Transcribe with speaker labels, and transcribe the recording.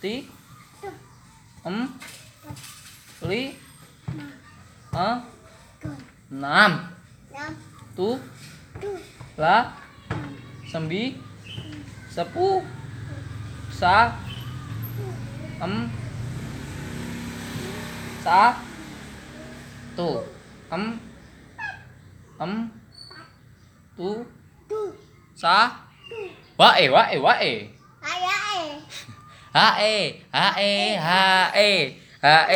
Speaker 1: ti em li e enam tu la sembi sepu sa em sa tu em em tu sa wa e wa e wa e ha e ha e ha e ha e